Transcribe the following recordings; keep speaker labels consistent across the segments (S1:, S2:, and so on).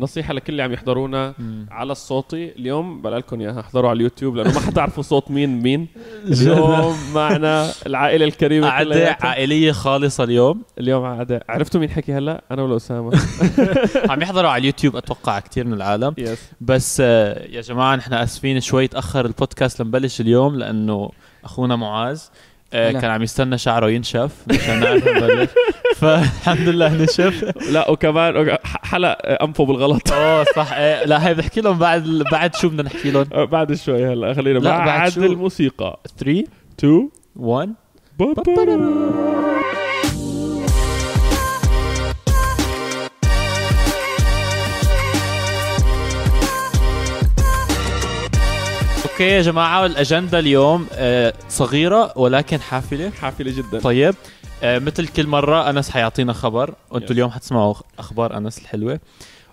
S1: نصيحه لكل اللي عم يحضرونا
S2: مم.
S1: على الصوتي اليوم بلا لكم اياها احضروا على اليوتيوب لانه ما حتعرفوا صوت مين مين اليوم معنا العائله الكريمه
S2: قعدة
S1: كلياتها.
S2: عائلية خالصة اليوم
S1: اليوم عادة عرفتوا مين حكي هلا انا ولا اسامه
S2: عم يحضروا على اليوتيوب أتوقع كتير من العالم
S1: يس
S2: بس آه، يا جماعة نحن آسفين شوي تأخر البودكاست لنبلش اليوم لأنه أخونا معاذ آه،
S1: هلا.
S2: كان عم يستنى شعره ينشف مشان نعرف نبلش فالحمد لله نشف
S1: لا وكمان أوك- حلق انفه آه، بالغلط
S2: اوه صح إيه، لا هي بحكي لهم بعد بعد شو بدنا نحكي لهم
S1: آه، بعد شوي هلا خلينا
S2: لا، بعد
S1: بعد
S2: شو؟
S1: الموسيقى
S2: 3
S1: تو
S2: 1 اوكي يا جماعة الأجندة اليوم آه، صغيرة ولكن حافلة
S1: حافله جدا
S2: طيب آه، مثل كل مرة أنس حيعطينا خبر وأنتم
S1: Yes.
S2: اليوم حتسمعوا أخبار أنس الحلوة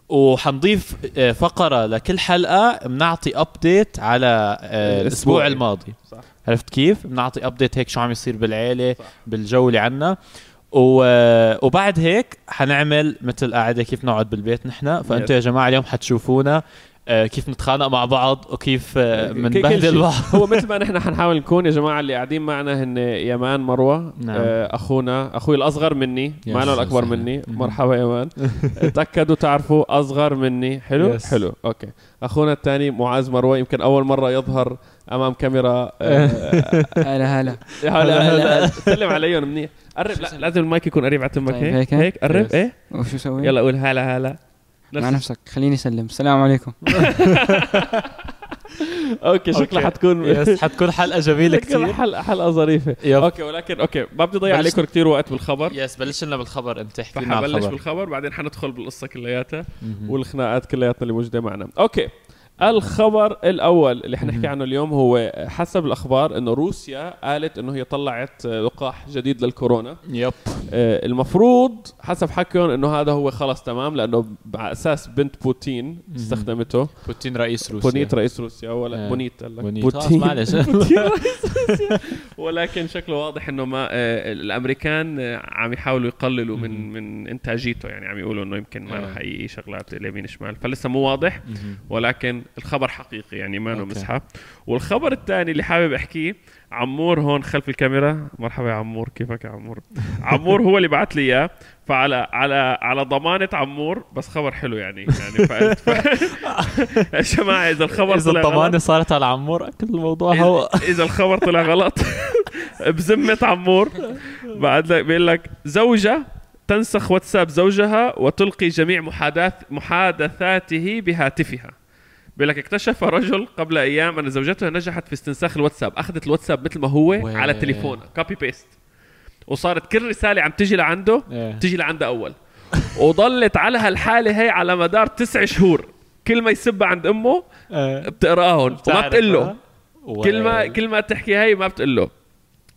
S2: وحنضيف آه، فقرة لكل حلقة بنعطي أبديت على آه، الأسبوع
S1: الأسبوع.
S2: الماضي
S1: صح.
S2: عرفت كيف؟ بنعطي أبديت هيك شو عم يصير بالعيلة
S1: صح.
S2: بالجو اللي عنا و- آه، وبعد هيك حنعمل مثل قاعدة كيف نقعد بالبيت نحن فأنتوا
S1: Yes.
S2: يا جماعة اليوم حتشوفونا آه، كيف نتخانق مع بعض وكيف آه،
S1: ك- كل
S2: منبهدل
S1: شيء.
S2: بعض
S1: هو مثل ما نحن حنحاول نكون يا جماعه اللي قاعدين معنا هن يمان مروه
S2: نعم.
S1: آه، اخونا اخوي الاصغر مني
S2: يا
S1: ما انا
S2: أهلا
S1: الاكبر
S2: وسهلا.
S1: مني
S2: مم.
S1: مرحبا يمان تاكدوا تعرفوا اصغر مني حلو
S2: Yes.
S1: حلو اوكي اخونا الثاني معاذ مروه يمكن اول مره يظهر امام كاميرا آه،
S3: هلا هلا
S1: هلا هلا سلم عليهم منيح قرب لا لازم المايك يكون قريب على تمك
S3: طيب،
S1: هيك
S3: هيك؟
S1: هيك قرب
S2: Yes.
S1: ايه
S3: وشو سوي؟
S1: يلا قول هلا هلا
S3: مع
S1: نفس-
S3: نفسك خليني اسلم السلام عليكم
S1: اوكي شكلها
S2: أوكي.
S1: حتكون
S2: يس حتكون حلقة جميلة
S1: شكلها
S2: كثير
S1: حلقه حلقه ظريفه
S2: يب
S1: اوكي ولكن اوكي ما بدي اضيع
S2: بلش-
S1: عليكم كثير وقت بالخبر
S2: يس بلش لنا بالخبر انت احكي لنا عن
S1: فحبلش
S2: الخبر
S1: بالخبر بعدين حندخل بالقصه كلياتها
S2: مهم.
S1: والخناقات كلياتنا اللي موجوده معنا اوكي الخبر الاول اللي حنحكي
S2: مهم.
S1: عنه اليوم هو حسب الاخبار انه روسيا قالت انه هي طلعت آه، لقاح جديد للكورونا
S2: يب
S1: آه، المفروض حسب حكيهم انه هذا هو خلص تمام لانه على اساس بنت بوتين استخدمته
S2: بوتين رئيس روسيا
S1: بونيت رئيس روسيا ولا
S2: آه.
S1: بونيت قال لك
S2: بونيت آه، معلش
S1: ولكن شكله واضح انه ما آه، الامريكان آه، عم يحاولوا يقللوا من من انتاجيته يعني عم يقولوا انه يمكن ما
S2: آه.
S1: حقيقي شغلات اليمين شمال فلسه مو واضح
S2: مهم.
S1: ولكن الخبر حقيقي يعني ما انه
S2: أوكي.
S1: مسحه والخبر الثاني اللي حابب احكيه عمور هون خلف الكاميرا مرحبا يا عمور كيفك يا عمور عمور هو اللي بعت لي اياه فعلى على على ضمانه عمور بس خبر حلو يعني يعني فقلت يا جماعه اذا الخبر
S2: اذا
S1: طلع
S2: الضمانه
S1: غلط
S2: صارت على عمور اكل الموضوع هو
S1: إذا- اذا الخبر طلع غلط بذمه عمور بعد لك بيقول لك زوجه تنسخ واتساب زوجها وتلقي جميع محادث محادثاته بهاتفها بيقول لك اكتشف رجل قبل ايام ان زوجته نجحت في استنساخ الواتساب اخذت الواتساب مثل ما هو
S2: و-
S1: على تليفونها كوبي بيست وصارت كل رساله عم تجي لعنده
S2: إيه.
S1: تجي لعنده اول وضلت على هالحاله هي على مدار تسع شهور كل ما يسب عند امه
S2: آه.
S1: بتقراهم وما
S2: بتعرف،
S1: بتقول له
S2: آه. و-
S1: كل ما كل ما تحكي هي ما بتقول له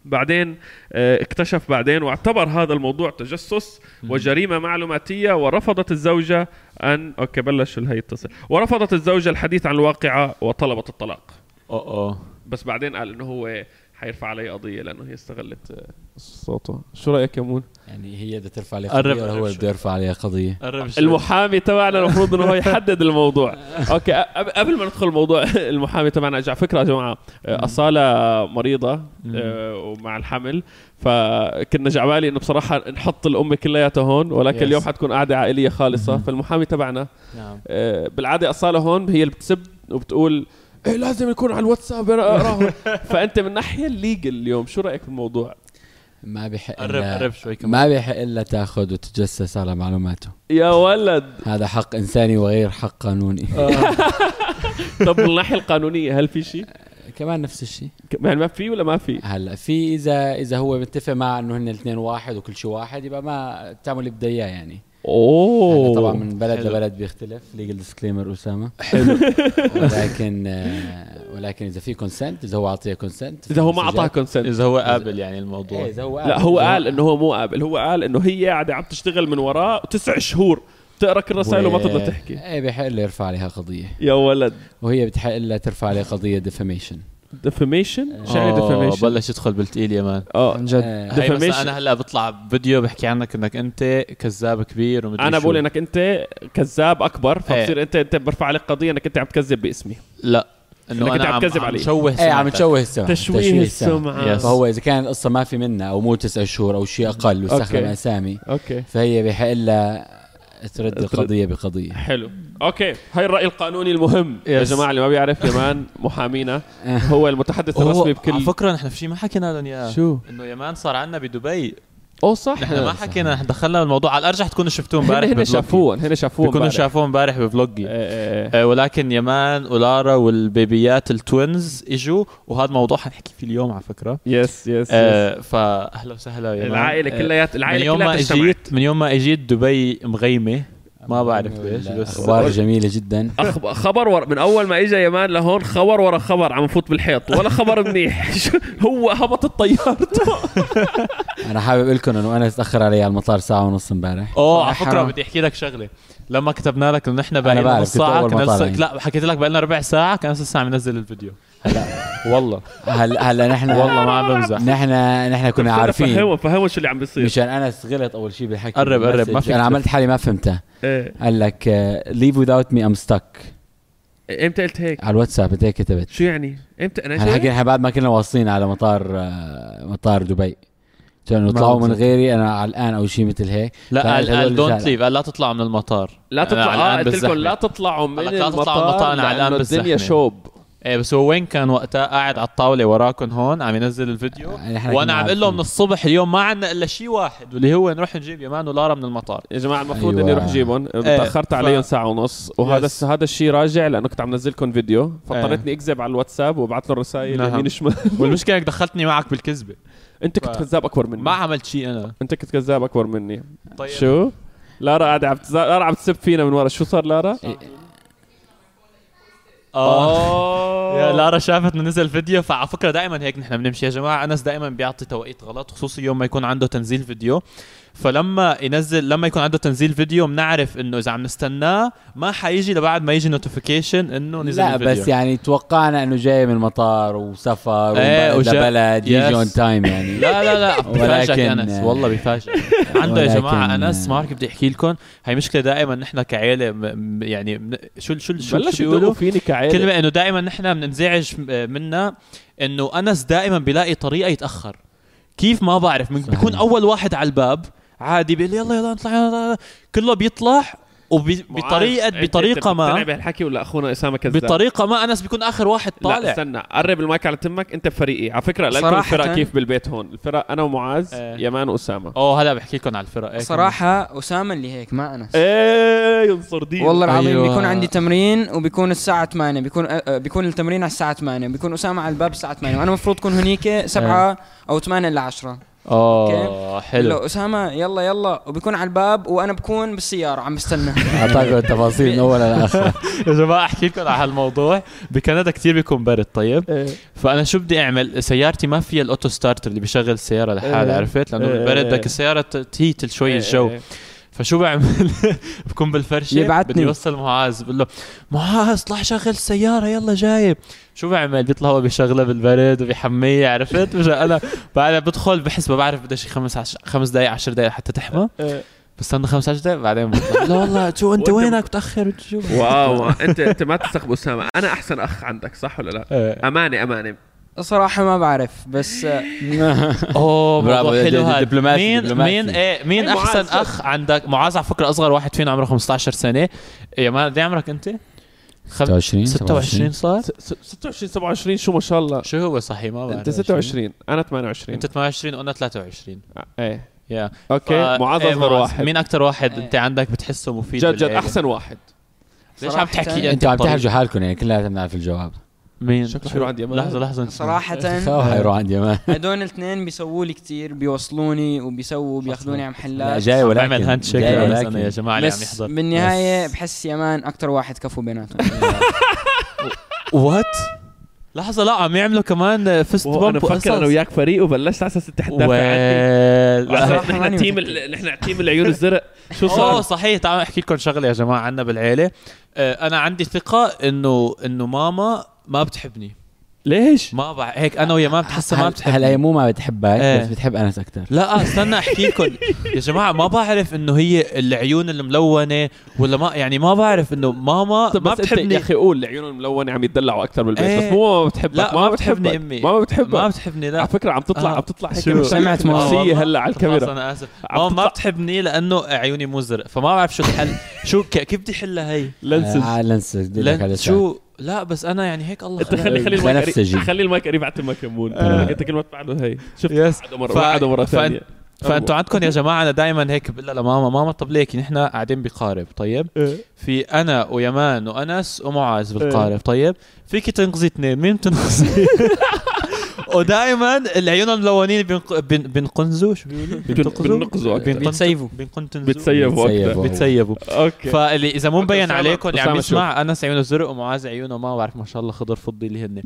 S1: بعدين آه، اكتشف بعدين واعتبر هذا الموضوع تجسس وجريمه معلوماتيه ورفضت الزوجه ان اوكي بلش الهي يتصل ورفضت الزوجه الحديث عن الواقعه وطلبت الطلاق
S2: اوه اوه
S1: بس بعدين قال انه هو حيرفع علي قضيه لانه هي استغلت آه، صوته شو رايك يا مون
S4: يعني هي بدها ترفع عليها
S2: قرب-
S4: قضيه ولا هو اللي بده يرفع عليها قضيه
S2: قرب شوي.
S1: المحامي تبعنا المفروض انه هو يحدد الموضوع اوكي قب- قبل ما ندخل الموضوع المحامي تبعنا اجى على فكره يا جماعه آه، اصاله مريضه آه، ومع الحمل فكنا جعبالي انه بصراحه نحط الامه كلياتها هون ولكن
S2: Yes.
S1: اليوم حتكون قاعده عائليه خالصه فالمحامي تبعنا
S2: نعم
S1: آه، بالعاده اصاله هون هي اللي بتسب وبتقول إيه لازم يكون على الواتساب أنا اقراه فانت من ناحيه الليجل اليوم شو رايك بالموضوع
S4: ما بحق
S2: قرب
S4: إلا
S2: قرب شوي كمان
S4: ما بحق إلا تاخذ وتتجسس على معلوماته
S1: يا ولد
S4: هذا حق إنساني وغير حق قانوني
S1: طب من الناحيه القانونيه هل في شيء
S4: كمان نفس الشيء
S1: يعني ما في ولا ما في
S4: هلا في إذا إذا هو متفق مع إنه هن الاثنين واحد وكل شيء واحد يبقى ما تعمل اللي بده إياه يعني
S1: اوه
S4: هلا طبعا من بلد
S2: حلو.
S4: لبلد بيختلف ليجل ديسكليمر أسامة حلو ولكن آه، ولكن إذا في كونسنت إذا هو أعطيه كونسنت
S1: اذا هو ما اعطاها كونسنت
S2: اذا هو قابل يعني الموضوع
S4: إيه، إذا هو
S1: لا هو قال انه هو مو قابل هو قال انه هي قاعده عم تشتغل من وراه تسع شهور بتقرا كل الرسائل وما تقدر تحكي
S4: ايه بحق له إيه، يرفع عليها قضيه
S1: يا ولد
S4: وهي بتحق لها ترفع عليه قضيه ديفاميشن
S1: ديفاميشن شو يعني
S2: آه،
S1: ديفاميشن
S2: بلش يدخل بالتقيل يا مان
S1: اه
S3: عن جد
S4: آه،
S2: هي
S1: Defamation.
S2: مثلا انا هلا بطلع فيديو بحكي عنك انك انت كذاب كبير ومدري
S1: انا
S2: شو.
S1: بقول انك انت كذاب اكبر فبصير
S2: إيه.
S1: انت انت برفع عليك قضيه انك انت عم تكذب باسمي
S2: لا انه
S1: إنك
S2: انا
S1: أنت عم
S2: عم
S1: تكذب
S2: عم
S1: علي.
S2: شوه
S4: ايه عم
S2: سمعتك.
S4: تشوه السمعه
S1: تشويه السمعه
S2: Yes.
S4: فهو اذا كانت القصه ما في منها او مو تسع شهور او شيء اقل واستخدم
S1: أوكي.
S4: اسامي
S1: اوكي
S4: فهي بحق لها ترد
S1: ترد.
S4: القضيه بقضيه
S1: حلو اوكي هاي الراي القانوني المهم يا
S2: Yes.
S1: جماعه اللي ما بيعرف يمان محامينا هو المتحدث الرسمي
S2: هو على
S1: بكل
S2: فكره نحن في شيء ما حكينا لهم اياه
S1: شو
S2: انه يمان صار عنا بدبي
S1: اوه صح
S2: نحن ما حكينا نحن دخلنا الموضوع على الارجح تكونوا شفتوه
S1: هن
S2: امبارح
S1: هن
S2: بفلوجي.
S1: شافوهم هن شافوهم
S2: تكونوا
S1: امبارح.
S2: شافوه امبارح بفلوجي
S1: إيه، إيه، إيه.
S2: آه، ولكن يمان ولارا والبيبيات التوينز اجوا وهذا موضوع حنحكي فيه اليوم على فكره
S1: يس يس يس.
S2: آه، فاهلا وسهلا يا يمان
S1: العائله
S2: آه،
S1: كليات
S2: من
S1: العائله
S2: يوم ما
S1: كلها اجيت
S2: اجيت من يوم ما اجيت دبي مغيمه ما بعرف ليش بس
S4: اخبار جميله جدا
S1: أخب- خبر ورا من اول ما اجى يمان لهون خبر ورا خبر عم نفوت بالحيط ولا خبر منيح شو- هو هبط الطيارته
S4: انا حابب اقول لكم انه انا تاخر علي على المطار ساعه ونص امبارح
S2: اوه على
S3: صح،
S2: فكره
S3: حرام.
S2: بدي احكي لك شغله لما كتبنا لك انه نحن بقى لنا
S4: بعرف،
S2: نص
S4: كنت
S2: ساعه
S4: أول
S2: كنا
S4: ما
S2: لسه
S4: طالعين.
S2: لا حكيت لك بقى لنا ربع ساعه كان لسه عم ننزل الفيديو هلا والله
S4: هلا هلا نحن
S2: والله ما عم بمزح
S4: نحن نحن كنا عارفين
S1: فهموا فهموا شو اللي عم بيصير
S4: مشان انس غلط اول شيء بالحكي
S2: قرب- قرب، ما
S4: بالمسج.
S2: فيك
S4: انا
S2: تف-
S4: عملت حالي ما فهمتها
S1: إيه.
S4: قال لك ليف without مي ام ستك
S1: امتى قلت هيك
S4: على الواتساب انت هيك كتبت
S1: شو يعني امتى انا
S4: هلا
S1: شو
S4: حكينا إحنا بعد ما كنا واصلين على مطار آه، مطار دبي قلت لهم اطلعوا من
S2: بالضبط.
S4: غيري انا علقان او شيء مثل هيك
S2: لا
S4: فأنا
S2: قال
S4: هدول
S2: قال
S4: رسالة.
S2: دونت ليف قال لا تطلعوا من المطار
S1: لا
S2: أنا
S1: تطلع
S2: علقان
S1: آه قلت لكم
S2: بالزحمة.
S1: لا تطلعوا من
S2: قال لك لا
S1: المطار
S2: تطلعوا من المطار، أنا علقان
S1: لأنه الدنيا
S2: بالزحمة.
S1: شوب
S2: ايه بس هو وين كان وقتها قاعد على الطاوله وراكم هون عم ينزل الفيديو
S4: يعني إحنا
S2: وانا
S4: كنا
S2: عم اقول لهم من
S4: عارفين.
S2: الصبح اليوم ما عندنا الا شيء واحد واللي هو نروح نجيب يمان ولارا من المطار
S1: يا جماعه المفروض
S4: أيوة.
S1: اني اروح جيبهم تاخرت
S2: إيه، ف-
S1: عليهم ساعه ونص وهذا
S2: Yes. إيه.
S1: هذا الشيء راجع لانه كنت عم نزلكم فيديو فاضطريتني اكذب على الواتساب وابعث لهم رسائل
S2: نعم.
S1: يمين شمال
S2: والمشكله انك دخلتني معك بالكذبه
S1: انت كنت
S2: ف-
S1: كذاب اكبر مني
S2: ما عملت شيء انا
S1: انت كنت كذاب اكبر مني
S2: طيب
S1: شو لارا قاعده عم تز- لارا عم تسب فينا من ورا شو صار لارا
S4: آه.
S2: اه
S1: اه
S2: يا لارا شافت انه نزل فيديو فعلى فكره دائما هيك نحن بنمشي يا جماعه انس دائما بيعطي توقيت غلط خصوصي يوم ما يكون عنده تنزيل فيديو فلما ينزل لما يكون عنده تنزيل فيديو بنعرف انه اذا عم نستناه ما حيجي لبعد ما يجي نوتيفيكيشن انه نزل
S4: لا
S2: الفيديو.
S4: بس يعني توقعنا انه جاي من مطار وسفر
S2: إيه،
S4: ومن بلد
S2: وجا-
S4: لبلد
S2: يس.
S4: يجي اون تايم يعني
S2: لا لا لا بفاجئك
S4: ولكن-
S2: انس والله بفاجئك عنده يا
S4: ولكن-
S2: جماعه انس ما بعرف بدي احكي لكم هي مشكله دائما نحن كعيله م- م- يعني من- شو شو شو
S1: بلش
S2: شو يقولوا
S1: يقولوا فيني كعيله
S2: كلمه انه دائما نحن بننزعج آه، منها انه انس دائما بيلاقي طريقه يتاخر كيف ما بعرف من بيكون اول واحد على الباب عادي بيقول يلا يلا نطلع يلا، يلا، يلا. كله بيطلع وبطريقه بطريقه ما
S1: بهالحكي ولا اخونا اسامه كذاب
S2: بطريقه ما انس بيكون اخر واحد
S1: لا
S2: طالع
S1: استنى قرب المايك على تمك انت بفريقي على فكره لكم
S3: صراحة-
S1: الفرق كيف بالبيت هون الفرق انا ومعاذ
S2: إيه.
S1: يمان واسامه
S2: اوه هلا بحكي لكم على الفرق إيه، هيك.
S3: صراحة أسامة اللي هيك ما أنس
S1: ايه ينصر دين
S3: والله العظيم
S2: أيوة.
S4: أيوه.
S3: أيوة. بيكون عندي تمرين وبيكون الساعة 8 بيكون أه، أه، بيكون التمرين على الساعة 8 بيكون أسامة على الباب الساعة 8 وأنا المفروض أكون هنيك
S4: آه.
S3: 7 أو 8 إلا 10
S2: اوه حلو
S3: لو أسامة يلا يلا وبيكون على الباب وأنا بكون بالسيارة عم بستنى
S4: اعطاكم التفاصيل من اول لاخر
S2: يا جماعه احكي لكم على هالموضوع بكندا كثير بيكون برد طيب
S1: إيه.
S2: فانا شو بدي اعمل سيارتي ما فيها الاوتو ستارتر اللي بيشغل السياره لحالها
S1: إيه.
S2: عرفت لانه
S1: إيه.
S2: بالبرد بدك السياره ت- تهيتل شوي الجو فشو بعمل بكون بالفرشه
S3: يبعتني.
S2: بدي اوصل معاذ بقول له معاذ طلع شغل سياره يلا جايب شو بعمل بيطلع هو بيشغلها بالبرد وبيحميها عرفت بجا انا بعدها بدخل بحس ما بعرف بدها شي خمس عش... خمس دقائق 10 دقائق حتى تحمى
S4: أه.
S2: بستنى خمس 10 دقائق بعدين بطلع لا والله شو انت
S1: وأنت-
S2: وينك متاخر شو
S1: واو انت انت ما تثق باسامه انا احسن اخ عندك صح ولا لا
S4: أه.
S2: إيه.
S1: امانه امانه
S3: صراحة ما بعرف بس أه،
S2: اوه
S4: برافو،
S2: موضوع
S4: دي-
S2: حلو
S4: دي-
S2: هذا
S4: دبلوماسي-
S2: مين
S4: دبلوماسي.
S2: مين ايه مين
S1: أي معاذ
S2: احسن
S1: بس.
S2: اخ عندك معاذ على فكره اصغر واحد فينا عمره 15 سنه يا مان قد إيه عمرك انت؟ خم...
S4: 26
S2: 26 صار؟
S1: 26 27 شو ما شاء الله
S2: شو هو صحيح ما بعرف
S1: انت 26 انا 28
S2: انت 28 وانا 23
S1: ايه
S2: يا
S1: اوكي معاذ اصغر واحد
S2: آه، إيه، مين اكثر واحد
S3: إيه.
S2: انت عندك بتحسه مفيد
S1: جد جد
S2: بالعيلة؟
S1: احسن واحد
S2: ليش
S3: صراحة
S2: عم تحكي
S4: انتوا عم
S2: بطريقة-
S4: تحرجوا حالكم يعني كلنا بنعرف الجواب
S2: مين
S1: شكله حيروح عند يمان.
S2: لحظه لحظه
S3: صراحة
S4: حيروح عند يمان
S3: هدول الاثنين بيسووا لي كثير بيوصلوني وبيسووا بياخذوني على
S4: لا
S3: محلات
S4: جاي
S2: عم
S4: ولكن
S2: بعمل هاند شيك
S4: جاي
S2: لأنس
S4: ولكن.
S2: انا يا جماعه اللي عم
S3: بس
S2: يحضر
S3: بالنهاية
S4: بس.
S3: بحس يمان أكثر واحد كفو بيناتهم
S2: وات لحظه لا عم يعملوا كمان فيست بومب
S1: انا بفكر انا وياك فريق وبلشت على اساس انت حتدافع عني
S2: ويل
S1: على
S3: لا.
S1: أساس نحن تيم ال- نحن تيم العيون الزرق شو
S2: اوه
S1: صار؟
S2: صحيح تعالوا احكي لكم شغله يا جماعه عنا بالعيله آه، انا عندي ثقه انه انه ماما ما بتحبني
S1: ليش؟
S2: ما بع... هيك انا ويا ما بتحسها ما
S4: هل-
S2: بتحب
S4: هلا هي مو ما بتحبك
S2: إيه.
S4: بس بتحب انس اكثر
S2: لا آه، استنى احكي لكم يا جماعه ما بعرف انه هي العيون الملونه ولا ما يعني ما بعرف انه ماما
S1: طب
S2: ما
S1: ما بتحبني يا
S2: بتحبني
S1: اخي قول عيونهم الملونه عم يتدلعوا اكثر بالبيت
S2: إيه.
S1: بس مو ما بتحبك
S2: لا،
S1: ما,
S2: ما بتحبني
S1: بتحبك.
S2: أمي.
S1: ما بتحبك
S2: ما بتحبني
S1: على
S2: لا
S1: فكره عم تطلع
S2: آه.
S1: عم تطلع هيك
S2: شو؟
S1: مشاكل
S3: سمعت ما-
S1: نفسيه هلا على
S2: خلاص
S1: الكاميرا
S2: انا اسف
S1: عم
S2: ماما آه، ما
S1: تطلع-
S2: بتحبني لانه عيوني مزرق فما بعرف شو الحل شو ك- كيف بدي حلها هي
S1: لنسز
S4: آه، لنسج بدي لك
S2: لن-
S4: هذا
S2: شو لا بس انا يعني هيك الله
S1: انت خلي خلي المايك قريب
S4: بنفسجي.
S1: خلي المايك قريب على تمك يا مون
S2: آه.
S1: انت كل ما تفعله هي شفت
S2: يس.
S1: قعدوا مره
S2: ف-
S1: قعدوا مره
S2: ف-
S1: ثانيه
S2: فانتوا عندكم يا جماعه انا دائما هيك بقول لها لماما ماما طب ليكي نحن قاعدين بقارب طيب في انا ويمان وانس ومعاذ بالقارب طيب فيكي تنقذي اثنين مين بتنقذي ودائما العيون الملونين بينق- بين- بينقنزوا شو بيقولوا
S1: بنقزوا اكثر
S3: بيتسيفوا.
S2: بينقنزوا
S1: بتسيبوا اكثر
S4: بتسيبوا.
S2: بتسيبوا
S1: اوكي
S2: فاللي اذا مو مبين
S1: أسامة-
S2: عليكم اللي عم
S1: أسامة
S2: يسمع انس عيونه زرق ومعاذ عيونه ما بعرف ما شاء الله خضر فضي اللي هن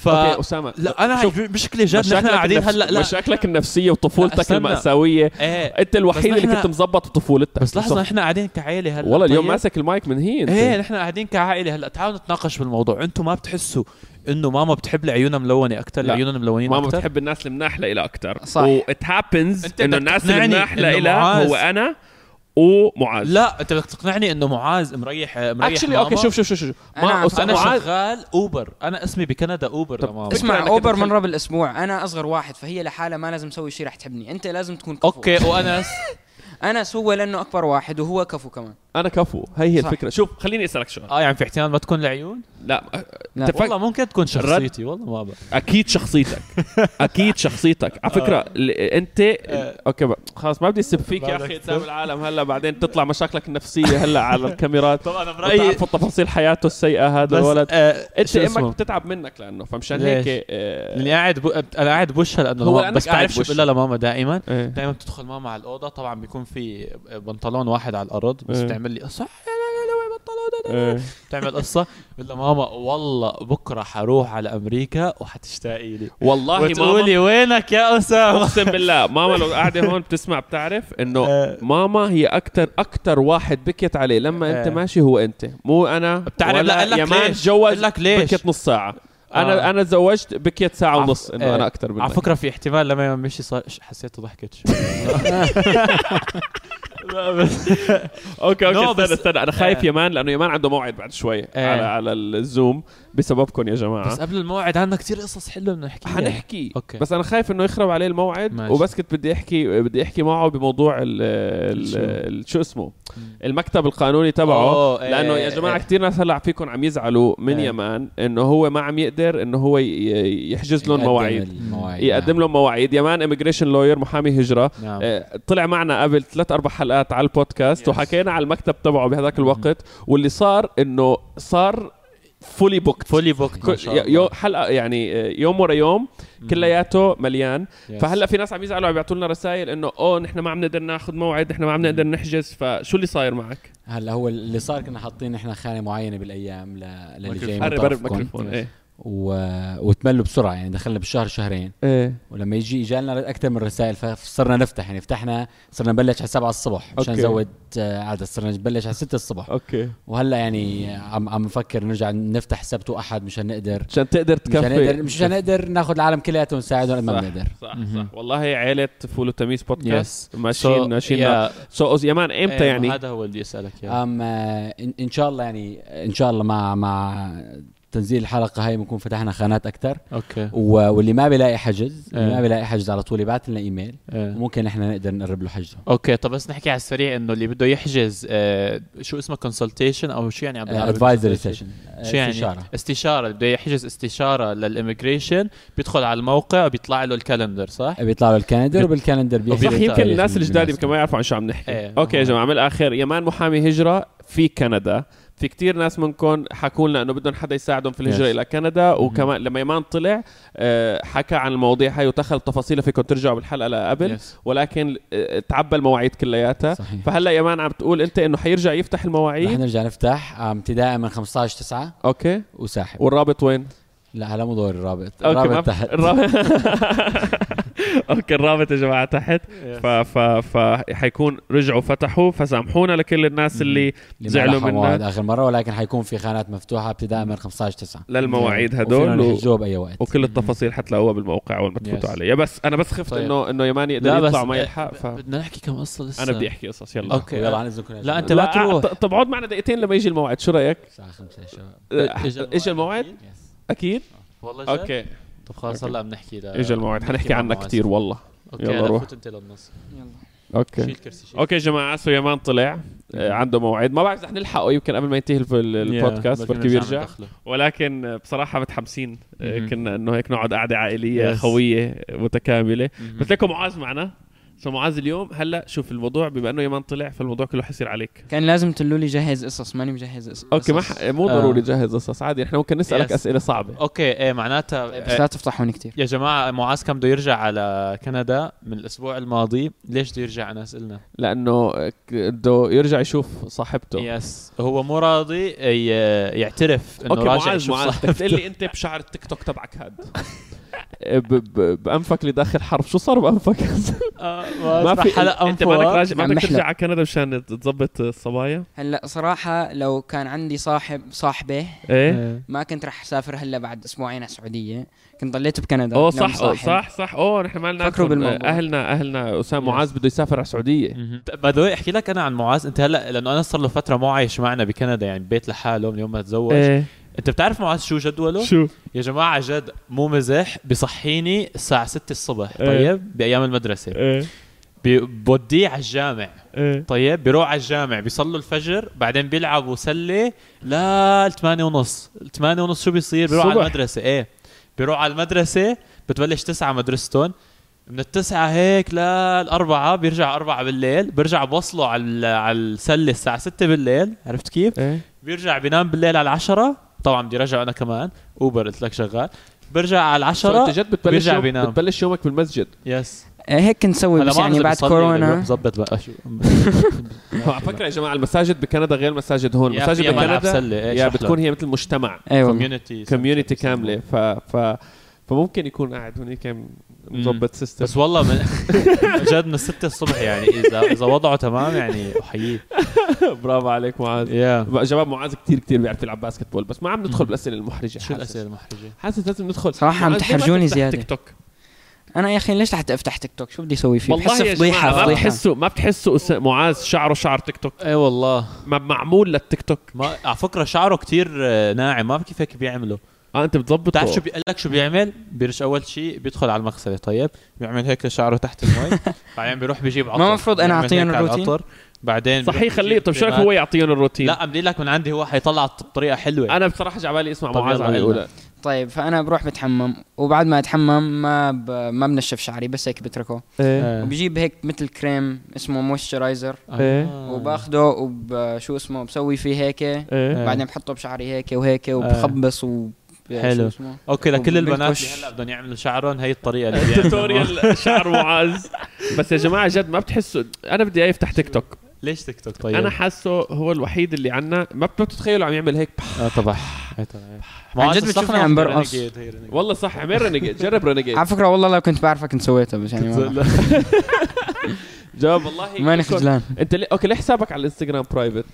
S2: ف
S1: اوكي اسامه
S2: لا انا
S1: شوف،
S2: هاي مشكله جد نحن
S1: مشاكلك
S2: قاعدين
S1: النفس-
S2: هلا لا
S1: مشاكلك النفسيه
S2: لا،
S1: وطفولتك
S2: استنى.
S1: الماساويه
S2: ايه
S1: انت الوحيد
S2: بس
S1: اللي
S2: نحن-
S1: كنت مظبط بطفولتك
S2: بس لحظه
S1: صح.
S2: نحن قاعدين كعائله هلا
S1: والله اليوم
S2: طيب.
S1: ماسك المايك من هي
S2: ايه
S1: انت
S2: نحن قاعدين كعائله هلا تعالوا نتناقش بالموضوع انتم ما بتحسوا انه ماما بتحب لعيونها ملونه اكثر
S1: لا.
S2: لعيونها ملونين
S1: ماما
S2: اكثر
S1: بتحب الناس المناحله إلها اكثر
S3: صح.
S1: وات هابنز
S2: أنت
S1: انه
S2: بدك
S1: الناس
S2: تقنعني
S1: المناحله
S2: إنه
S1: إلها
S2: معاذ-
S1: هو انا ومعاذ
S2: لا انت بدك تقنعني انه معاذ مريح مريح
S1: اكشلي
S2: ماما.
S1: اوكي شوف شوف شوف شوف
S3: أنا عم
S1: ما أس-
S2: انا
S1: معاذ
S2: شغال اوبر انا اسمي بكندا اوبر
S1: طب
S2: لماما
S1: فكرة
S3: اسمع
S1: إنك
S3: اوبر
S1: تدخل-
S3: مره بالاسبوع انا اصغر واحد فهي لحالها ما لازم اسوي شيء رح تحبني انت لازم تكون كفو
S2: اوكي وانس
S3: انس هو لانه اكبر واحد وهو كفو كمان
S1: انا كفو هي هي
S3: صح.
S1: الفكره شوف خليني اسالك سؤال
S2: اه يعني في احتمال ما تكون العيون
S1: لا
S3: لا.
S1: تفك-
S2: والله ممكن تكون
S1: الرد-
S2: شخصيتي والله ما بعرف
S1: اكيد شخصيتك اكيد شخصيتك على فكره
S2: آه.
S1: ال- انت ال- اوكي بقى. خلاص ما بدي اسب فيك يا اخي قدام العالم هلا بعدين تطلع مشاكلك النفسيه هلا على الكاميرات
S2: طب انا
S1: وتعرفوا تفاصيل حياته السيئه هذا الولد
S2: آه،
S1: انت امك
S2: امك
S1: بتتعب منك لانه فمشان
S2: ليش؟
S1: هيك آه،
S2: لاني قاعد بو... انا قاعد بوشها لانه
S1: هو
S2: هو
S1: لأنك
S2: بس
S1: قاعد
S2: بعرف شو
S1: بوشها.
S2: بقول لها ماما دائما
S1: إيه.
S2: دائما بتدخل ماما على الاوضه طبعا بيكون في بنطلون واحد على الارض بس
S1: إيه.
S2: بتعمل لي قصه لا لا لا وين بنطلون ده- ده-
S1: آه.
S2: بتعمل قصه بقول لها ماما والله بكره حروح على امريكا وحتشتاقي لي
S1: والله ماما
S2: وتقولي وينك يا اسامه
S1: اقسم بالله ماما لو قاعده هون بتسمع بتعرف انه
S2: آه.
S1: ماما هي اكثر اكثر واحد بكت عليه لما انت
S2: آه.
S1: ماشي هو انت مو انا
S2: بتعرف
S1: ولا
S2: لا، قال لك
S1: يا مان
S2: ليش؟
S1: تجوز
S2: قال لك ليش؟
S1: بكت نص ساعه انا
S2: آه.
S1: انا تزوجت بكيت ساعه
S2: عف-
S1: ونص انه
S2: آه.
S1: انا اكثر منك
S2: على فكره في احتمال لما يوم مشي صار ش- حسيته ضحكت شوي لا بس
S1: اوكي اوكي
S2: No,
S1: استنى
S2: بس-
S1: استنى انا خايف
S2: آه.
S1: يمان لانه يمان عنده موعد بعد شوي
S2: آه.
S1: على على الزوم بسببكم يا
S2: بس
S1: جماعه
S2: قبل الموعد عندنا كثير قصص حلوه بدنا نحكيها
S1: نعم. حنحكي
S2: أوكي.
S1: بس انا خايف انه يخرب عليه الموعد
S2: ماشي.
S1: وبس كنت بدي احكي بدي احكي معه بموضوع ال ال-
S2: شو؟
S1: ال- شو اسمه
S2: مم.
S1: المكتب القانوني تبعه
S2: أوه، آه،
S1: لانه يا جماعه
S2: آه.
S1: كثير ناس هلا فيكم عم يزعلوا من
S2: آه.
S1: يمان انه هو ما عم يقدر انه هو ي- يحجز لهم
S4: يقدم
S1: مواعيد
S4: المواعيد.
S1: يقدم لهم مواعيد يمان اميجريشن لوير محامي هجره
S2: نعم
S1: آه، طلع معنا قبل ثلاث اربع حلقات على البودكاست
S2: Yes.
S1: وحكينا على المكتب تبعه بهذاك الوقت واللي صار انه صار فولي بوكت
S2: فولي بوكت ما شاء الله
S1: حلقه يعني آه، يوم ورا يوم كلياته مليان
S2: Yes.
S1: فهلا في ناس عم يزعلوا عم بيعطوا لنا رسائل انه اوه نحن ما عم نقدر ناخذ موعد نحن ما عم نقدر نحجز فشو اللي صاير معك
S4: هلا هو اللي صار كنا حاطين احنا خانه معينه بالايام ل... للي جاي من
S1: قرب قرب
S4: طرفكم.
S1: الميكروفون ايه
S4: و... وتملوا بسرعه يعني دخلنا بالشهر شهرين
S1: ايه
S2: إيه.
S4: ولما يجي اجالنا اكثر من رسائل فصرنا نفتح يعني فتحنا صرنا نبلش على 7 الصبح مشان
S1: أوكي.
S4: نزود آه، عدد صرنا نبلش على 6 الصبح
S1: اوكي
S4: وهلا يعني عم عم نفكر نرجع نفتح سبت واحد مشان نقدر
S1: عشان تقدر
S4: مشان نقدر
S1: تكفي
S4: مشان نقدر ناخذ العالم كلياته ونساعدهم قد ما
S1: صح.
S4: بنقدر
S1: صح
S2: مهم.
S1: صح والله عيله فول وتميس بودكاست
S2: So,
S1: ماشيين ماشيين
S2: yeah.
S1: سو يمان امتى
S2: إيه،
S1: يعني
S2: هذا هو اللي اسالك يا
S4: ام آه، إن, ان شاء الله يعني ان شاء الله مع مع تنزيل الحلقه هاي بنكون فتحنا خانات اكثر
S2: اوكي
S4: و- واللي ما بيلاقي حجز اللي
S2: إيه.
S4: ما بيلاقي حجز على طول يبعث لنا ايميل
S2: إيه.
S4: وممكن احنا نقدر نقرب له حجزه
S2: اوكي طب بس نحكي على السريع انه اللي بده يحجز آه شو اسمه كونسلتيشن او شو يعني بالعربي
S4: ادفايزري
S2: consultation؟
S4: سيشن
S2: شو يعني استشاره استشاره بده يحجز استشاره للإميجريشن بيدخل على الموقع بيطلع له الكالندر صح؟
S4: بيطلع له الكالندر وبالكالندر بيحجز طيب.
S1: صح يمكن
S4: التاريخ
S1: الناس الجداد
S4: المناسب.
S1: يمكن ما يعرفوا عن شو عم نحكي
S2: إيه.
S1: اوكي يا جماعه من الاخر يمان محامي هجره في كندا في كتير ناس منكم حكوا لنا انه بدهم حدا يساعدهم في الهجره
S4: Yes.
S1: الى كندا وكمان لما يمان طلع آه، حكى عن المواضيع هاي ودخل تفاصيلها فيكم ترجعوا بالحلقه لقبل
S2: Yes.
S1: ولكن آه، تعبى المواعيد كلياتها
S4: صحيح. طيب،
S1: فهلا يمان عم تقول انت انه حيرجع يفتح
S4: رح
S1: المواعيد
S4: نرجع نفتح آم، ابتداء من 15 9
S1: اوكي
S4: وساحب
S1: والرابط وين؟
S4: لا هلا مو دور الرابط
S1: اوكي ما
S4: الرابط
S1: بت-
S4: تحت
S1: الرابط اوكي الرابط يا جماعه تحت ف ف ف حيكون رجعوا فتحوا فسامحونا لكل الناس اللي
S4: اللي ما
S1: زعلوا
S4: لحقوا
S1: منا
S4: موعد اخر مره ولكن حيكون في خانات مفتوحه ابتداء من 15 9
S1: للمواعيد هدول
S4: هدول
S1: و...
S4: يحجوه باي وقت
S1: وكل التفاصيل حتلاقوها بالموقع اول ما تفوتوا
S2: Yes.
S1: عليه يا بس انا بس خفت
S2: طيب.
S1: انه انه يمان
S2: لا،
S1: يقدر يطلع
S2: بس-
S1: وما يلحق فانا
S2: بدنا نحكي كم قصه لسه
S1: بدي احكي قصص يلا
S2: اوكي
S4: يلا عن اذنكم
S2: لا
S4: يا شباب.
S2: انت ما
S1: لا،
S2: تروح
S1: ط- طب عود معنا دقيقتين لما يجي الموعد شو رايك
S4: الساعه 5 يا شباب
S1: اجى الموعد اكيد
S2: والله جد؟
S1: اوكي
S2: طب خلص هلا بنحكي ل-
S1: اجى الموعد حنحكي
S2: بنحكي
S1: عنه
S2: مع
S1: كثير والله
S2: اوكي
S1: يلا
S2: يلا
S1: روح.
S2: روح فوت انت للنص
S3: يلا
S1: اوكي
S2: شيل كرسي شيل
S1: اوكي يا جماعه سو يمان طلع آه، عنده موعد ما بعرف اذا حنلحقه يمكن قبل ما ينتهي الف- ال- البودكاست بركي بيرجع ولكن آه، بصراحه متحمسين آه،
S2: مهم.
S1: كنا انه هيك نقعد قعده عائليه
S2: Yes.
S1: خويه متكامله
S2: مهم.
S1: قلت لكم معاذ معنا سو معاذ اليوم هلا شوف الموضوع بما انه يمان طلع فالموضوع كله حيصير عليك
S3: كان لازم تقولوا لي جهز قصص ماني مجهز قصص
S1: اوكي ما
S3: قصص.
S1: ح- مو
S2: آه.
S1: ضروري جهز قصص عادي احنا ممكن نسالك
S2: Yes.
S1: اسئله صعبه
S2: اوكي ايه معناتها
S3: بس لا تفضحوني كثير
S2: يا جماعة معاذ كان بده يرجع على كندا من الأسبوع الماضي، ليش بده يرجع أنا سألنا؟
S1: لانه آه، ك- بده يرجع يشوف صاحبته
S2: يس هو مو راضي ي- يعترف إنه
S1: اوكي
S2: راجع
S1: معاذ
S2: يشوف
S1: معاذ
S2: صاحبته.
S1: بدك تقول لي انت بشعر التيك توك تبعك هاد إيه، ب- ب- بانفك اللي داخل حرف شو صار بانفك آه،
S2: ما في حلقة
S1: انت مالك راجع ما
S3: عم
S1: بدك
S3: بحلق.
S1: ترجع على كندا مشان تظبط الصبايا
S3: هلا صراحه لو كان عندي صاحب صاحبه
S2: إيه.
S1: ايه
S3: ما كنت رح اسافر هلا بعد اسبوعين على السعوديه كنت ضليت بكندا
S1: اوه
S3: لو
S1: صح أوه
S3: مصاحب.
S1: صح صح اوه نحن مالنا
S3: نعم، فكروا
S1: عندكم.
S3: بالموضوع. نعم.
S1: اهلنا اهلنا اسامه
S2: Yes.
S1: معاذ بده يسافر على السعوديه
S2: باي ذا احكي لك انا عن معاذ انت هلا لانه انا صار له فتره مو عايش معنا بكندا يعني ببيت لحاله من يوم ما تزوج انت بتعرف معاذ شو جدوله؟
S1: إيه. شو
S2: يا جماعه جد مو مزح بصحيني الساعه 6 الصبح
S1: إيه.
S2: طيب بايام المدرسه
S1: ايه
S2: بي- بوديه على الجامع
S1: ايه
S2: طيب بيروح على الجامع بيصلوا الفجر بعدين بيلعبوا سله لا 8 ونص 8 ونص شو بيصير بيروح على
S1: الصبح.
S2: المدرسه ايه بيروح على المدرسه بتبلش تسعة مدرستهم من التسعة هيك للأربعة بيرجع أربعة بالليل برجع بوصله على ال- على السلة الساعة ستة بالليل عرفت كيف؟
S1: ايه
S2: بيرجع بينام بالليل على العشرة طبعا بدي رجع أنا كمان أوبر قلت لك شغال برجع على
S1: انت
S2: العشرة
S1: جد بتبلش
S2: بيرجع
S1: يوم
S2: بينام.
S1: بتبلش يومك بالمسجد
S2: يس
S3: إيه هيك نسوي بس يعني بعد كورونا إيه
S2: ظبط بقى شو
S1: على فكره يا جماعه المساجد بكندا غير مساجد هون
S2: يا
S1: المساجد
S2: فيها ملعب
S1: بكندا
S2: سلة، إيه،
S1: يا
S2: شو أحلى.
S1: بتكون هي مثل مجتمع
S3: ايوه
S2: كوميونتي
S1: كوميونتي كامله ف ف فممكن يكون قاعد هناك مظبط سيستم
S2: بس والله من جد من 6 الصبح يعني اذا اذا وضعه تمام يعني احييه
S1: برافو عليك معاذ
S2: يا
S1: بقى شباب إيه. معاذ كتير كتير بيعرف يلعب باسكت بول بس ما عم ندخل بالاسئله المحرجه
S2: شو
S1: حاسس.
S2: الاسئله المحرجه؟
S1: حاسس لازم ندخل
S3: صراحة عم
S1: معاذ، ليه ما
S3: تحرجوني
S1: تفتح
S3: زيادة.
S1: تيك توك
S3: انا يا اخي ليش رح افتح تيك توك شو بدي اسوي فيه
S1: والله يا
S3: بحس
S1: جماعه
S3: فضيحه
S1: ما
S3: فضيحه
S1: بتحسوا ما بتحسوا أس- معاذ شعره شعر تيك توك
S2: اي والله
S1: ما معمول للتيك توك
S2: ما على فكره شعره كتير آه، ناعم ما كيف هيك بيعمله
S1: اه انت بتظبطه
S2: بتعرف شو بيقول لك شو بيعمل؟ بيرش اول شيء بيدخل على المغسله طيب بيعمل هيك لشعره تحت المي بعدين بيروح بيجيب عطر
S3: مفروض أنا
S2: بيعمل
S3: أعطيهم
S2: هيك على
S3: الروتين؟
S2: العطر. بعدين بيروح
S1: صحيح
S2: بيجيب
S1: خليه طب شو رايك
S2: كريمات.
S1: هو يعطيهم الروتين
S2: لا عم بدي لك من عندي هو حيطلع بطريقه حلوه
S1: انا بصراحه جا على بالي اسمع
S2: طب
S1: معاذ
S2: يلا
S1: عم يقولها
S2: قلنا.
S3: طيب فانا بروح بتحمم وبعد ما اتحمم ما ب... ما بنشف شعري بس هيك بتركه
S2: آه.
S3: وبجيب هيك مثل كريم اسمه مويسترايزر
S2: آه.
S3: وباخده وبشو اسمه بسوي فيه هيك
S1: ايه
S2: آه.
S3: بعدين بحطه بشعري هيك وهيك وبخبص و
S2: حلو.
S3: شو اسمه؟
S2: اوكي لكل البنات
S3: وبنكش.
S2: اللي هلا بدهم يعملوا شعرهم هي الطريقه اللي بيعملوا.
S1: توتوريال إيه؟ شعر معاذ بس يا جماعه جد ما بتحسوا انا بدي اياه يفتح تيك توك
S2: ليش تيك توك طيب؟
S1: انا حاسه هو الوحيد اللي عنا ما بتتخيلوا عم يعمل هيك
S2: اه طبعا
S3: عن جد بتشوفني عم برقص.
S1: والله صح عمل رينيجيت جرب رينيجيت
S3: على فكره والله لو كنت بعرفها كنت سويتها بس يعني ما-
S1: جواب والله
S3: ماني خجلان
S1: انت ليه اوكي ليه حسابك على الانستغرام برايفت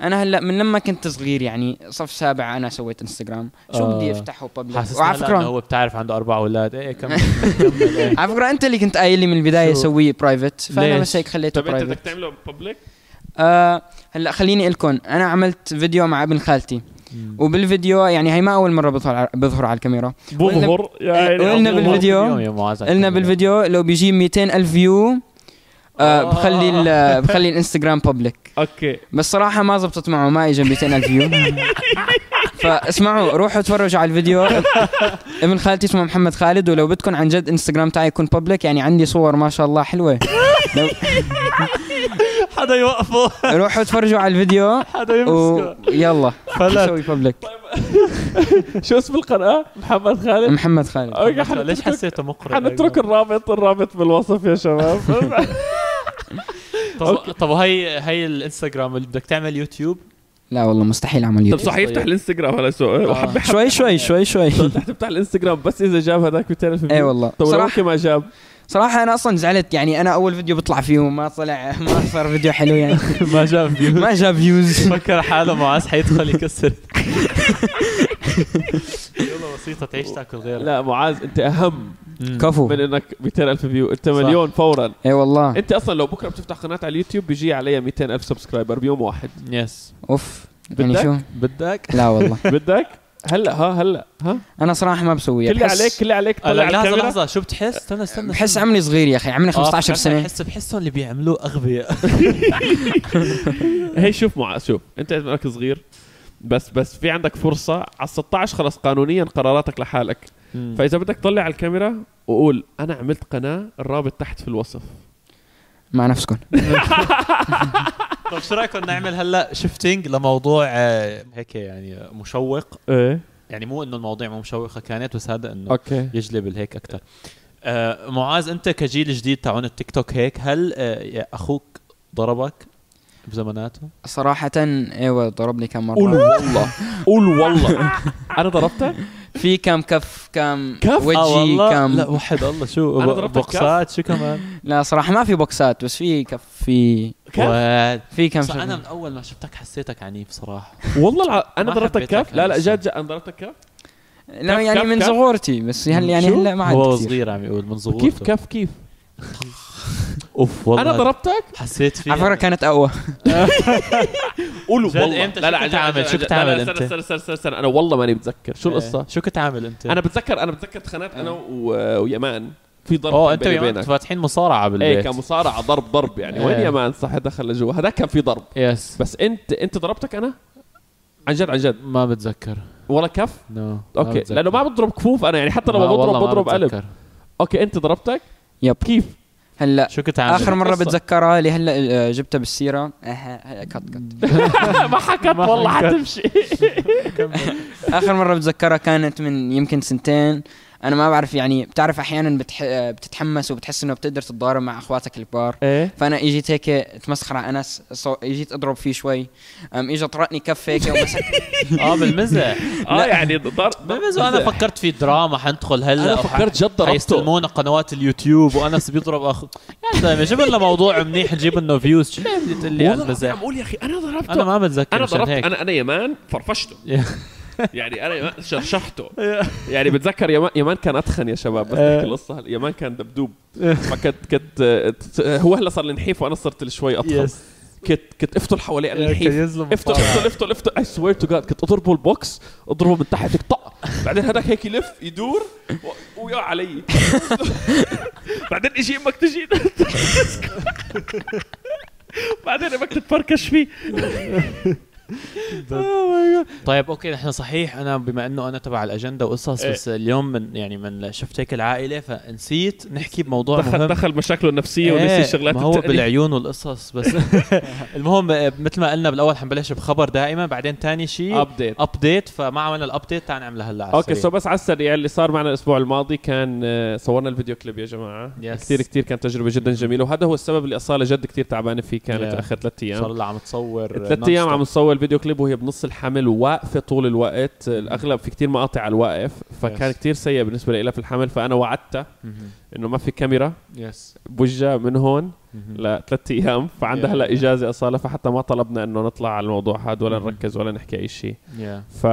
S3: انا هلا من لما كنت صغير يعني صف سابع انا سويت انستغرام شو
S2: آه.
S3: بدي افتحه بابليك
S2: حاسس
S3: وعلى
S2: هلا
S3: فكره
S2: إنه هو بتعرف عنده اربع اولاد ايه كمل
S3: على فكره انت اللي كنت قايل لي من البدايه
S2: شو؟
S3: سويه برايفت فانا
S2: ليش؟
S3: بس هيك خليته
S1: طب انت طيب، بدك
S3: برايفت
S1: تعمله بابليك
S3: آه هلا خليني لكم انا عملت فيديو مع ابن خالتي وبالفيديو يعني هي ما اول مره بظهر بظهر على الكاميرا
S1: بظهر يا عيني.
S2: يعني
S3: وقلنا
S1: بظهر.
S3: إيه، بالفيديو- قلنا
S2: قلنا
S3: بالفيديو لو بيجي 200 الف فيو آه
S2: آه.
S3: بخلي ال- بخلي الانستغرام بابليك
S1: اوكي
S3: بس صراحه ما زبطت معه ما اجى 200 الف فيو فاسمعوا روحوا تفرجوا على الفيديو ابن خالتي اسمه محمد خالد ولو بدكم عن جد انستغرام تاعي يكون بابليك يعني عندي صور ما شاء الله حلوه لو
S2: حدا يوقفه
S3: روحوا تفرجوا على الفيديو
S2: حدا يمسكه
S3: ويلا نسوي بابليك
S1: شو اسم القناه محمد خالد
S3: محمد خالد
S1: اوكي
S2: ليش
S1: حنترك-
S2: حسيته مقرف
S1: حنترك الرابط الرابط بالوصف يا شباب
S2: طب طب وهي هي الانستغرام اللي بدك تعمل يوتيوب
S3: لا والله مستحيل اعمل
S1: طب
S3: يوتيوب
S1: صح يفتح الانستغرام هلا
S2: آه.
S1: سؤال وحبي
S3: شوي شوي شوي شوي
S1: حتفتح الانستغرام بس اذا جاب هذاك 200 الف
S2: إيه،
S3: اي والله
S1: طب لو
S3: صراحه
S1: اوكي ما جاب
S3: صراحه انا اصلا زعلت يعني انا اول فيديو بطلع فيه ما طلع ما صار فيديو حلو يعني
S2: ما جاب فيوز
S3: ما جاب فيوز
S2: فكر حاله معاذ حيدخل يكسر يلا بسيطه تعيش تاكل غيرها
S1: لا معاذ انت اهم
S3: كفو
S1: من انك 200000 فيو انت
S2: صح.
S1: مليون فورا
S3: اي إيه والله
S1: انت اصلا لو بكره بتفتح قناه على اليوتيوب بيجي عليها 200000 سبسكرايبر بيوم واحد
S2: يس
S3: اوف يعني
S1: بدك؟
S3: شو
S1: بدك
S3: لا والله
S1: بدك هلا ها هلا ها
S3: انا صراحه ما بسويها
S1: كل
S3: بحس-
S1: عليك كل عليك طلع على
S2: لحظه
S1: الكاميرا
S2: لحظه شو بتحس استنى استنى آه،
S3: بحس عمري صغير يا اخي
S1: آه،
S3: عمري 15 سنه
S2: بحس بحسهم اللي بيعملوه اغبياء
S1: هي شوف معاذ شوف انت عمرك صغير بس بس في عندك فرصه على 16 خلص قانونيا قراراتك لحالك فاذا بدك تطلع على الكاميرا وقول انا عملت قناه الرابط تحت في الوصف
S3: مع نفسكم
S2: طيب شو رايكم نعمل هلا شيفتنج لموضوع آه، هيك يعني آه، مشوق
S1: ايه
S2: يعني مو انه المواضيع مو مشوقه كانت بس هذا انه
S1: اوكي
S2: يجلب الهيك اكثر آه معاذ انت كجيل جديد تاعون التيك توك هيك هل آه يا اخوك ضربك بزماناته؟
S3: صراحه ايوه ضربني كم
S1: قول
S3: مره
S1: والله قول والله انا ضربتك
S3: في كم كف كم
S1: كف؟ آه
S3: وجهي كم
S2: لا وحد الله شو
S1: أنا
S2: ب-
S1: ضربتك
S2: بوكسات شو كمان؟
S3: لا صراحه ما في بوكسات بس في كف في
S2: وال-
S3: في كم
S2: بس انا
S3: شغله
S2: من اول ما شفتك حسيتك عنيف صراحه
S1: والله الع... انا
S2: ما
S1: ضربتك
S2: حبيتك
S1: كف لا لا
S2: أنا
S1: جد جد انا ضربتك كف
S3: لا
S1: كف-
S3: يعني
S1: كف-
S3: من
S1: كف؟
S3: صغورتي بس هل يعني
S1: شو؟
S3: هلا ما عاد
S2: هو
S3: كثير.
S2: صغير عم يقول من صغوره
S1: كيف كف كيف
S2: اوف والله
S1: انا ضربتك
S2: حسيت فيه
S3: على فكره كانت اقوى
S1: قول
S2: جد؟ إمتى؟ شو كنت
S1: عن جد،
S2: عامل؟
S1: عن
S2: شو
S1: جد.
S2: كنت
S1: لا، لا،
S2: عامل
S1: استنى،
S2: أنت؟
S1: استنى استنى استنى استنى انا والله ماني متذكر شو إيه. القصه
S2: شو كنت عامل انت؟
S1: انا إيه. بتذكر انا بتذكر تخانات انا و- ويمان في ضرب
S2: اوه
S1: كان
S2: انت
S1: بيني
S2: وياك
S1: وبينك
S2: فاتحين مصارعه بالبيت
S1: ايه كان مصارعه ضرب ضرب يعني
S2: إيه.
S1: وين يمان صح دخل لجوا هذا كان في ضرب
S2: يس
S1: بس انت انت ضربتك انا عن جد عن جد
S2: ما بتذكر
S1: ولا كف
S2: نو
S1: اوكي لانه ما بضرب كفوف انا يعني حتى لما
S2: ما- والله
S1: بضرب
S2: ما
S1: بضرب قلب
S2: بتذكر.
S1: اوكي انت ضربتك
S3: يب
S1: كيف
S3: هلا
S2: شو كنت عامل؟
S3: اخر مره
S1: قصة.
S3: بتذكرها اللي هلا آه، جبتها بالسيره آه، كت كت
S1: ما حكت والله حتمشي
S3: اخر مره بتذكرها كانت من يمكن سنتين انا ما بعرف يعني بتعرف احيانا بتح... بتتحمس وبتحس انه بتقدر تتضارب مع اخواتك الكبار
S1: ايه
S3: فانا اجيت هيك اتمسخر على انس صو... اجيت اضرب فيه شوي أم اجى طرقني كف هيك ومسك
S2: اه بالمزح
S1: اه يعني ضرب
S2: بالمزح انا فكرت في دراما حندخل هلا
S1: انا
S2: وح-
S1: فكرت جد ضربته
S2: حيستلمونا قنوات اليوتيوب وانس بيضرب اخو يا زلمه جيب لنا موضوع منيح جيب لنا فيوز شو ليه بدي تقول لي
S1: والله العظيم
S2: على
S1: عم
S2: المزح
S1: اقول يا اخي انا ضربته
S2: انا ما بتذكر
S1: انا
S2: مشان
S1: ضربت
S2: هيك.
S1: انا انا يمان فرفشته
S2: يا.
S1: يعني انا يمان شرشحته يعني بتذكر يمان يمان كان اتخن يا شباب بس
S2: إيه.
S1: احكي القصه هلا. يمان كان دبدوب فكنت كنت آه، ت- هو هلا صار لي نحيف وانا صرت شوي اضخم
S2: يس
S1: كنت كنت افتل حواليه انا نحيف
S2: يزلم
S1: افتل افتل افتل افتل اي سوير تو جاد كنت اضربه البوكس اضربه من تحت هيك طق بعدين هذاك هيك يلف يدور و- ويقع علي بعدين اجي امك تجي بعدين امك تتفركش فيه Oh
S2: طيب اوكي نحن صحيح انا بما انه انا تبع الاجنده وقصص
S1: إيه.
S2: بس اليوم من يعني من شفت هيك العائله فنسيت نحكي بموضوع
S1: دخل
S2: مهم
S1: دخل مشاكله النفسيه
S2: إيه،
S1: ونسي الشغلات
S2: ما هو
S1: التانية.
S2: بالعيون والقصص بس المهم آه، مثل ما قلنا بالاول حنبلش بخبر دائما بعدين ثاني شيء
S1: ابديت
S2: ابديت فما عملنا الابديت تعال نعمله هلا على
S1: اوكي
S2: السريع.
S1: سو بس على السريع اللي صار معنا الاسبوع الماضي كان آه، صورنا الفيديو كليب يا جماعه
S2: Yes.
S1: كثير كثير كانت تجربه جدا جميله وهذا هو السبب اللي اصاله جد كثير تعبانه فيه كانت
S2: Yeah.
S1: اخر ثلاث ايام
S2: صار لها عم تصور
S1: ثلاث ايام عم نصور الفيديو كليب وهي بنص الحمل وواقفه طول الوقت الاغلب في كتير مقاطع على الواقف فكان
S2: Yes.
S1: كتير سيء بالنسبه لها في الحمل فانا وعدتها انه ما في كاميرا
S2: يس
S1: بوجها من هون لثلاث ايام فعندها
S2: Yeah.
S1: هلا اجازه اصاله فحتى ما طلبنا انه نطلع على الموضوع هذا ولا
S2: Mhm.
S1: نركز ولا نحكي اي شيء
S2: Mm-hmm.
S1: ف...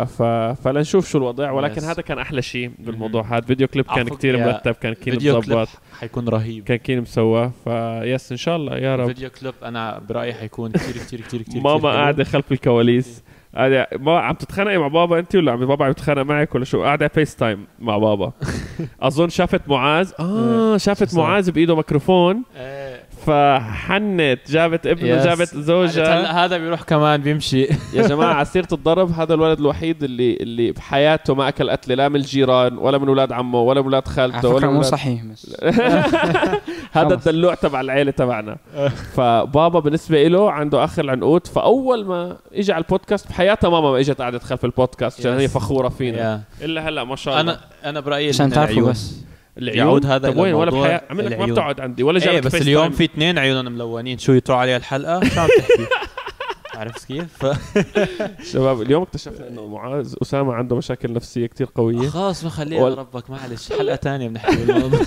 S1: ف... فلنشوف شو الوضع ولكن
S2: Yes.
S1: هذا كان احلى شيء بالموضوع هذا فيديو كليب كان
S2: عفوا،
S1: كتير
S2: يا
S1: مرتب كان كتير
S2: فيديو كليب
S1: مظبط
S2: حيكون رهيب
S1: كان كتير مسوى فيس ان شاء الله يا رب
S2: فيديو كليب انا برايي حيكون كثير كثير كثير كثير
S1: ماما قاعده خلف الكواليس قاعده ما عم تتخانقي مع بابا انت ولا عم بابا عم يتخانق معك ولا شو قاعده فيس تايم مع بابا اظن شافت معاذ اه شافت
S2: صح.
S1: معاذ بايده ميكروفون
S2: ايه
S1: فحنت جابت ابنه
S2: Yes.
S1: جابت زوجها
S2: هلا هذا بيروح كمان بيمشي
S1: يا جماعه على سيره الضرب هذا الولد الوحيد اللي اللي بحياته ما اكل قتله لا من الجيران ولا من اولاد عمه ولا من اولاد
S3: على
S1: خالته ولا
S3: فكره
S1: من
S3: مو
S1: أولاد-
S3: صحيح بس
S1: هذا
S3: خلص.
S1: الدلوع تبع العيله تبعنا
S2: آه.
S1: فبابا بالنسبه له عنده اخ العنقود فاول ما اجى على البودكاست بحياتها ماما ما اجت قعدت خلف البودكاست عشان
S2: Yes.
S1: هي فخوره فينا
S2: يا.
S1: الا هلا ما شاء الله
S2: انا انا برايي
S3: عشان
S2: الاثنين
S3: تعرفوا
S2: عيون.
S3: بس
S1: العيون
S2: يعود هذا
S1: طب
S2: إلى
S1: وين ولا
S2: موضوع
S1: بحياة عملك ما
S2: العيون.
S1: بتقعد عندي ولا
S2: ايه
S1: جابت
S2: بس
S1: FaceTime.
S2: اليوم في اثنين عيونهم ملونين شو يطلعوا عليها الحلقه شو عم تحكي عرفت كيف؟ ف-
S1: شباب اليوم اكتشفنا انه معاذ اسامه عنده مشاكل نفسيه كتير قويه
S2: خلاص ما خليها
S1: وال-
S2: ربك معلش حلقه ثانيه بنحكي بالموضوع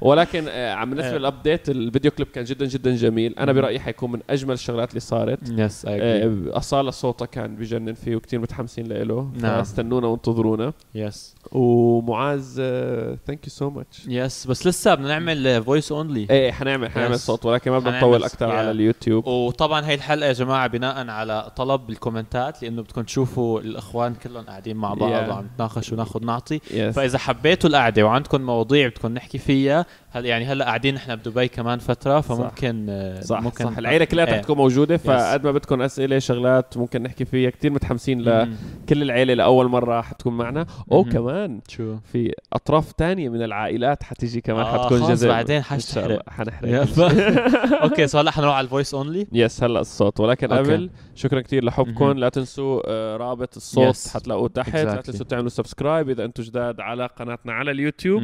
S1: ولكن آه، عم بالنسبه
S2: إيه.
S1: للابديت الفيديو كليب كان جدا جدا جميل انا برايي حيكون من اجمل الشغلات اللي صارت
S2: يس اي
S1: آه، أصالة صوتها كان بجنن فيه وكتير متحمسين له
S2: نعم.
S1: استنونا وانتظرونا
S2: يس
S1: ومعاذ آه، ثانك يو سو ماتش
S2: يس بس لسه بدنا نعمل فويس اونلي
S1: ايه حنعمل حنعمل
S2: Yes.
S1: صوت ولكن ما بدنا
S2: حنعمل
S1: نطول
S2: س-
S1: اكثر
S2: yeah.
S1: على اليوتيوب
S2: وطبعا هي الحلقه يا جماعه بناء على طلب بالكومنتات لانه بدكم تشوفوا الاخوان كلهم قاعدين مع بعض
S1: Yeah.
S2: وعم نتناقش وناخذ نعطي
S1: يس
S2: فاذا حبيتوا القعده وعندكم مواضيع بدكم نحكي فيها هل يعني هلا قاعدين نحن بدبي كمان فتره فممكن آه،
S1: صح
S2: ممكن
S1: ممكن صح العيله كلها
S2: إيه.
S1: تحتكم موجوده فقد ما بدكم اسئله شغلات ممكن نحكي فيها كتير متحمسين
S2: مم.
S1: لكل العيله لاول مره حتكون معنا او
S2: مم.
S1: كمان
S2: شو
S1: في اطراف تانية من العائلات حتيجي كمان
S2: آه،
S1: حتكون
S2: خلص
S1: جزء
S2: بعدين
S1: إن شاء
S2: حتحرق.
S1: الله حنحرق
S2: يا
S1: كل شيء.
S2: ف- اوكي سو هلا حنروح على الفويس اونلي
S1: يس هلا الصوت ولكن
S2: أوكي.
S1: قبل شكرا كثير لحبكم
S2: مهم.
S1: لا تنسوا آه، رابط الصوت
S2: Yes.
S1: حتلاقوه تحت لا
S2: Exactly.
S1: تنسوا تعملوا سبسكرايب اذا انتم جداد على قناتنا على اليوتيوب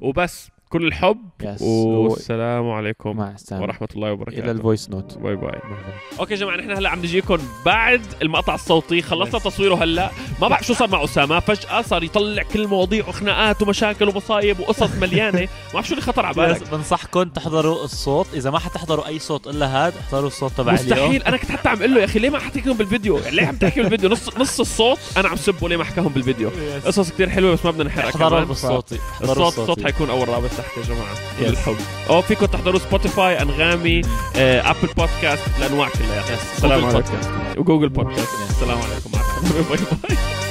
S1: وبس كل الحب
S2: Yes.
S1: والسلام عليكم
S2: مع السلامه
S1: ورحمه الله
S2: الى
S1: وبركاته
S2: الفويس نوت
S1: باي باي اوكي جماعه نحن هلا عم نجيكم بعد المقطع الصوتي خلصنا تصويره هلا ما بعرف شو صار مع اسامه فجاه صار يطلع كل مواضيع وخناقات ومشاكل ومصايب وقصص مليانه ما بعرف شو اللي خطر على بالك
S2: بس بنصحكم تحضروا الصوت اذا ما حتحضروا اي صوت الا هاد احضروا الصوت تبع اليوم
S1: مستحيل انا كنت حتى عم اقول له يا اخي ليه ما حكيتهم بالفيديو ليه عم تحكي بالفيديو نص نص الصوت انا عم سبه ليه ما حكاهم بالفيديو قصص كتير حلوه بس ما بدنا نحرقها
S2: احضروا
S1: كمان
S2: بالصوتي احضروا
S1: الصوت
S2: بالصوتي.
S1: الصوت حيكون اول رابط تحت يا جماعه كل
S2: Yes.
S1: الحب او فيكم تحضروا سبوتيفاي انغامي آه، ابل بودكاست الانواع كلها
S2: Yes.
S1: السلام
S2: Google
S1: عليكم وجوجل بودكاست
S2: Yes.
S1: السلام عليكم مع السلامه باي باي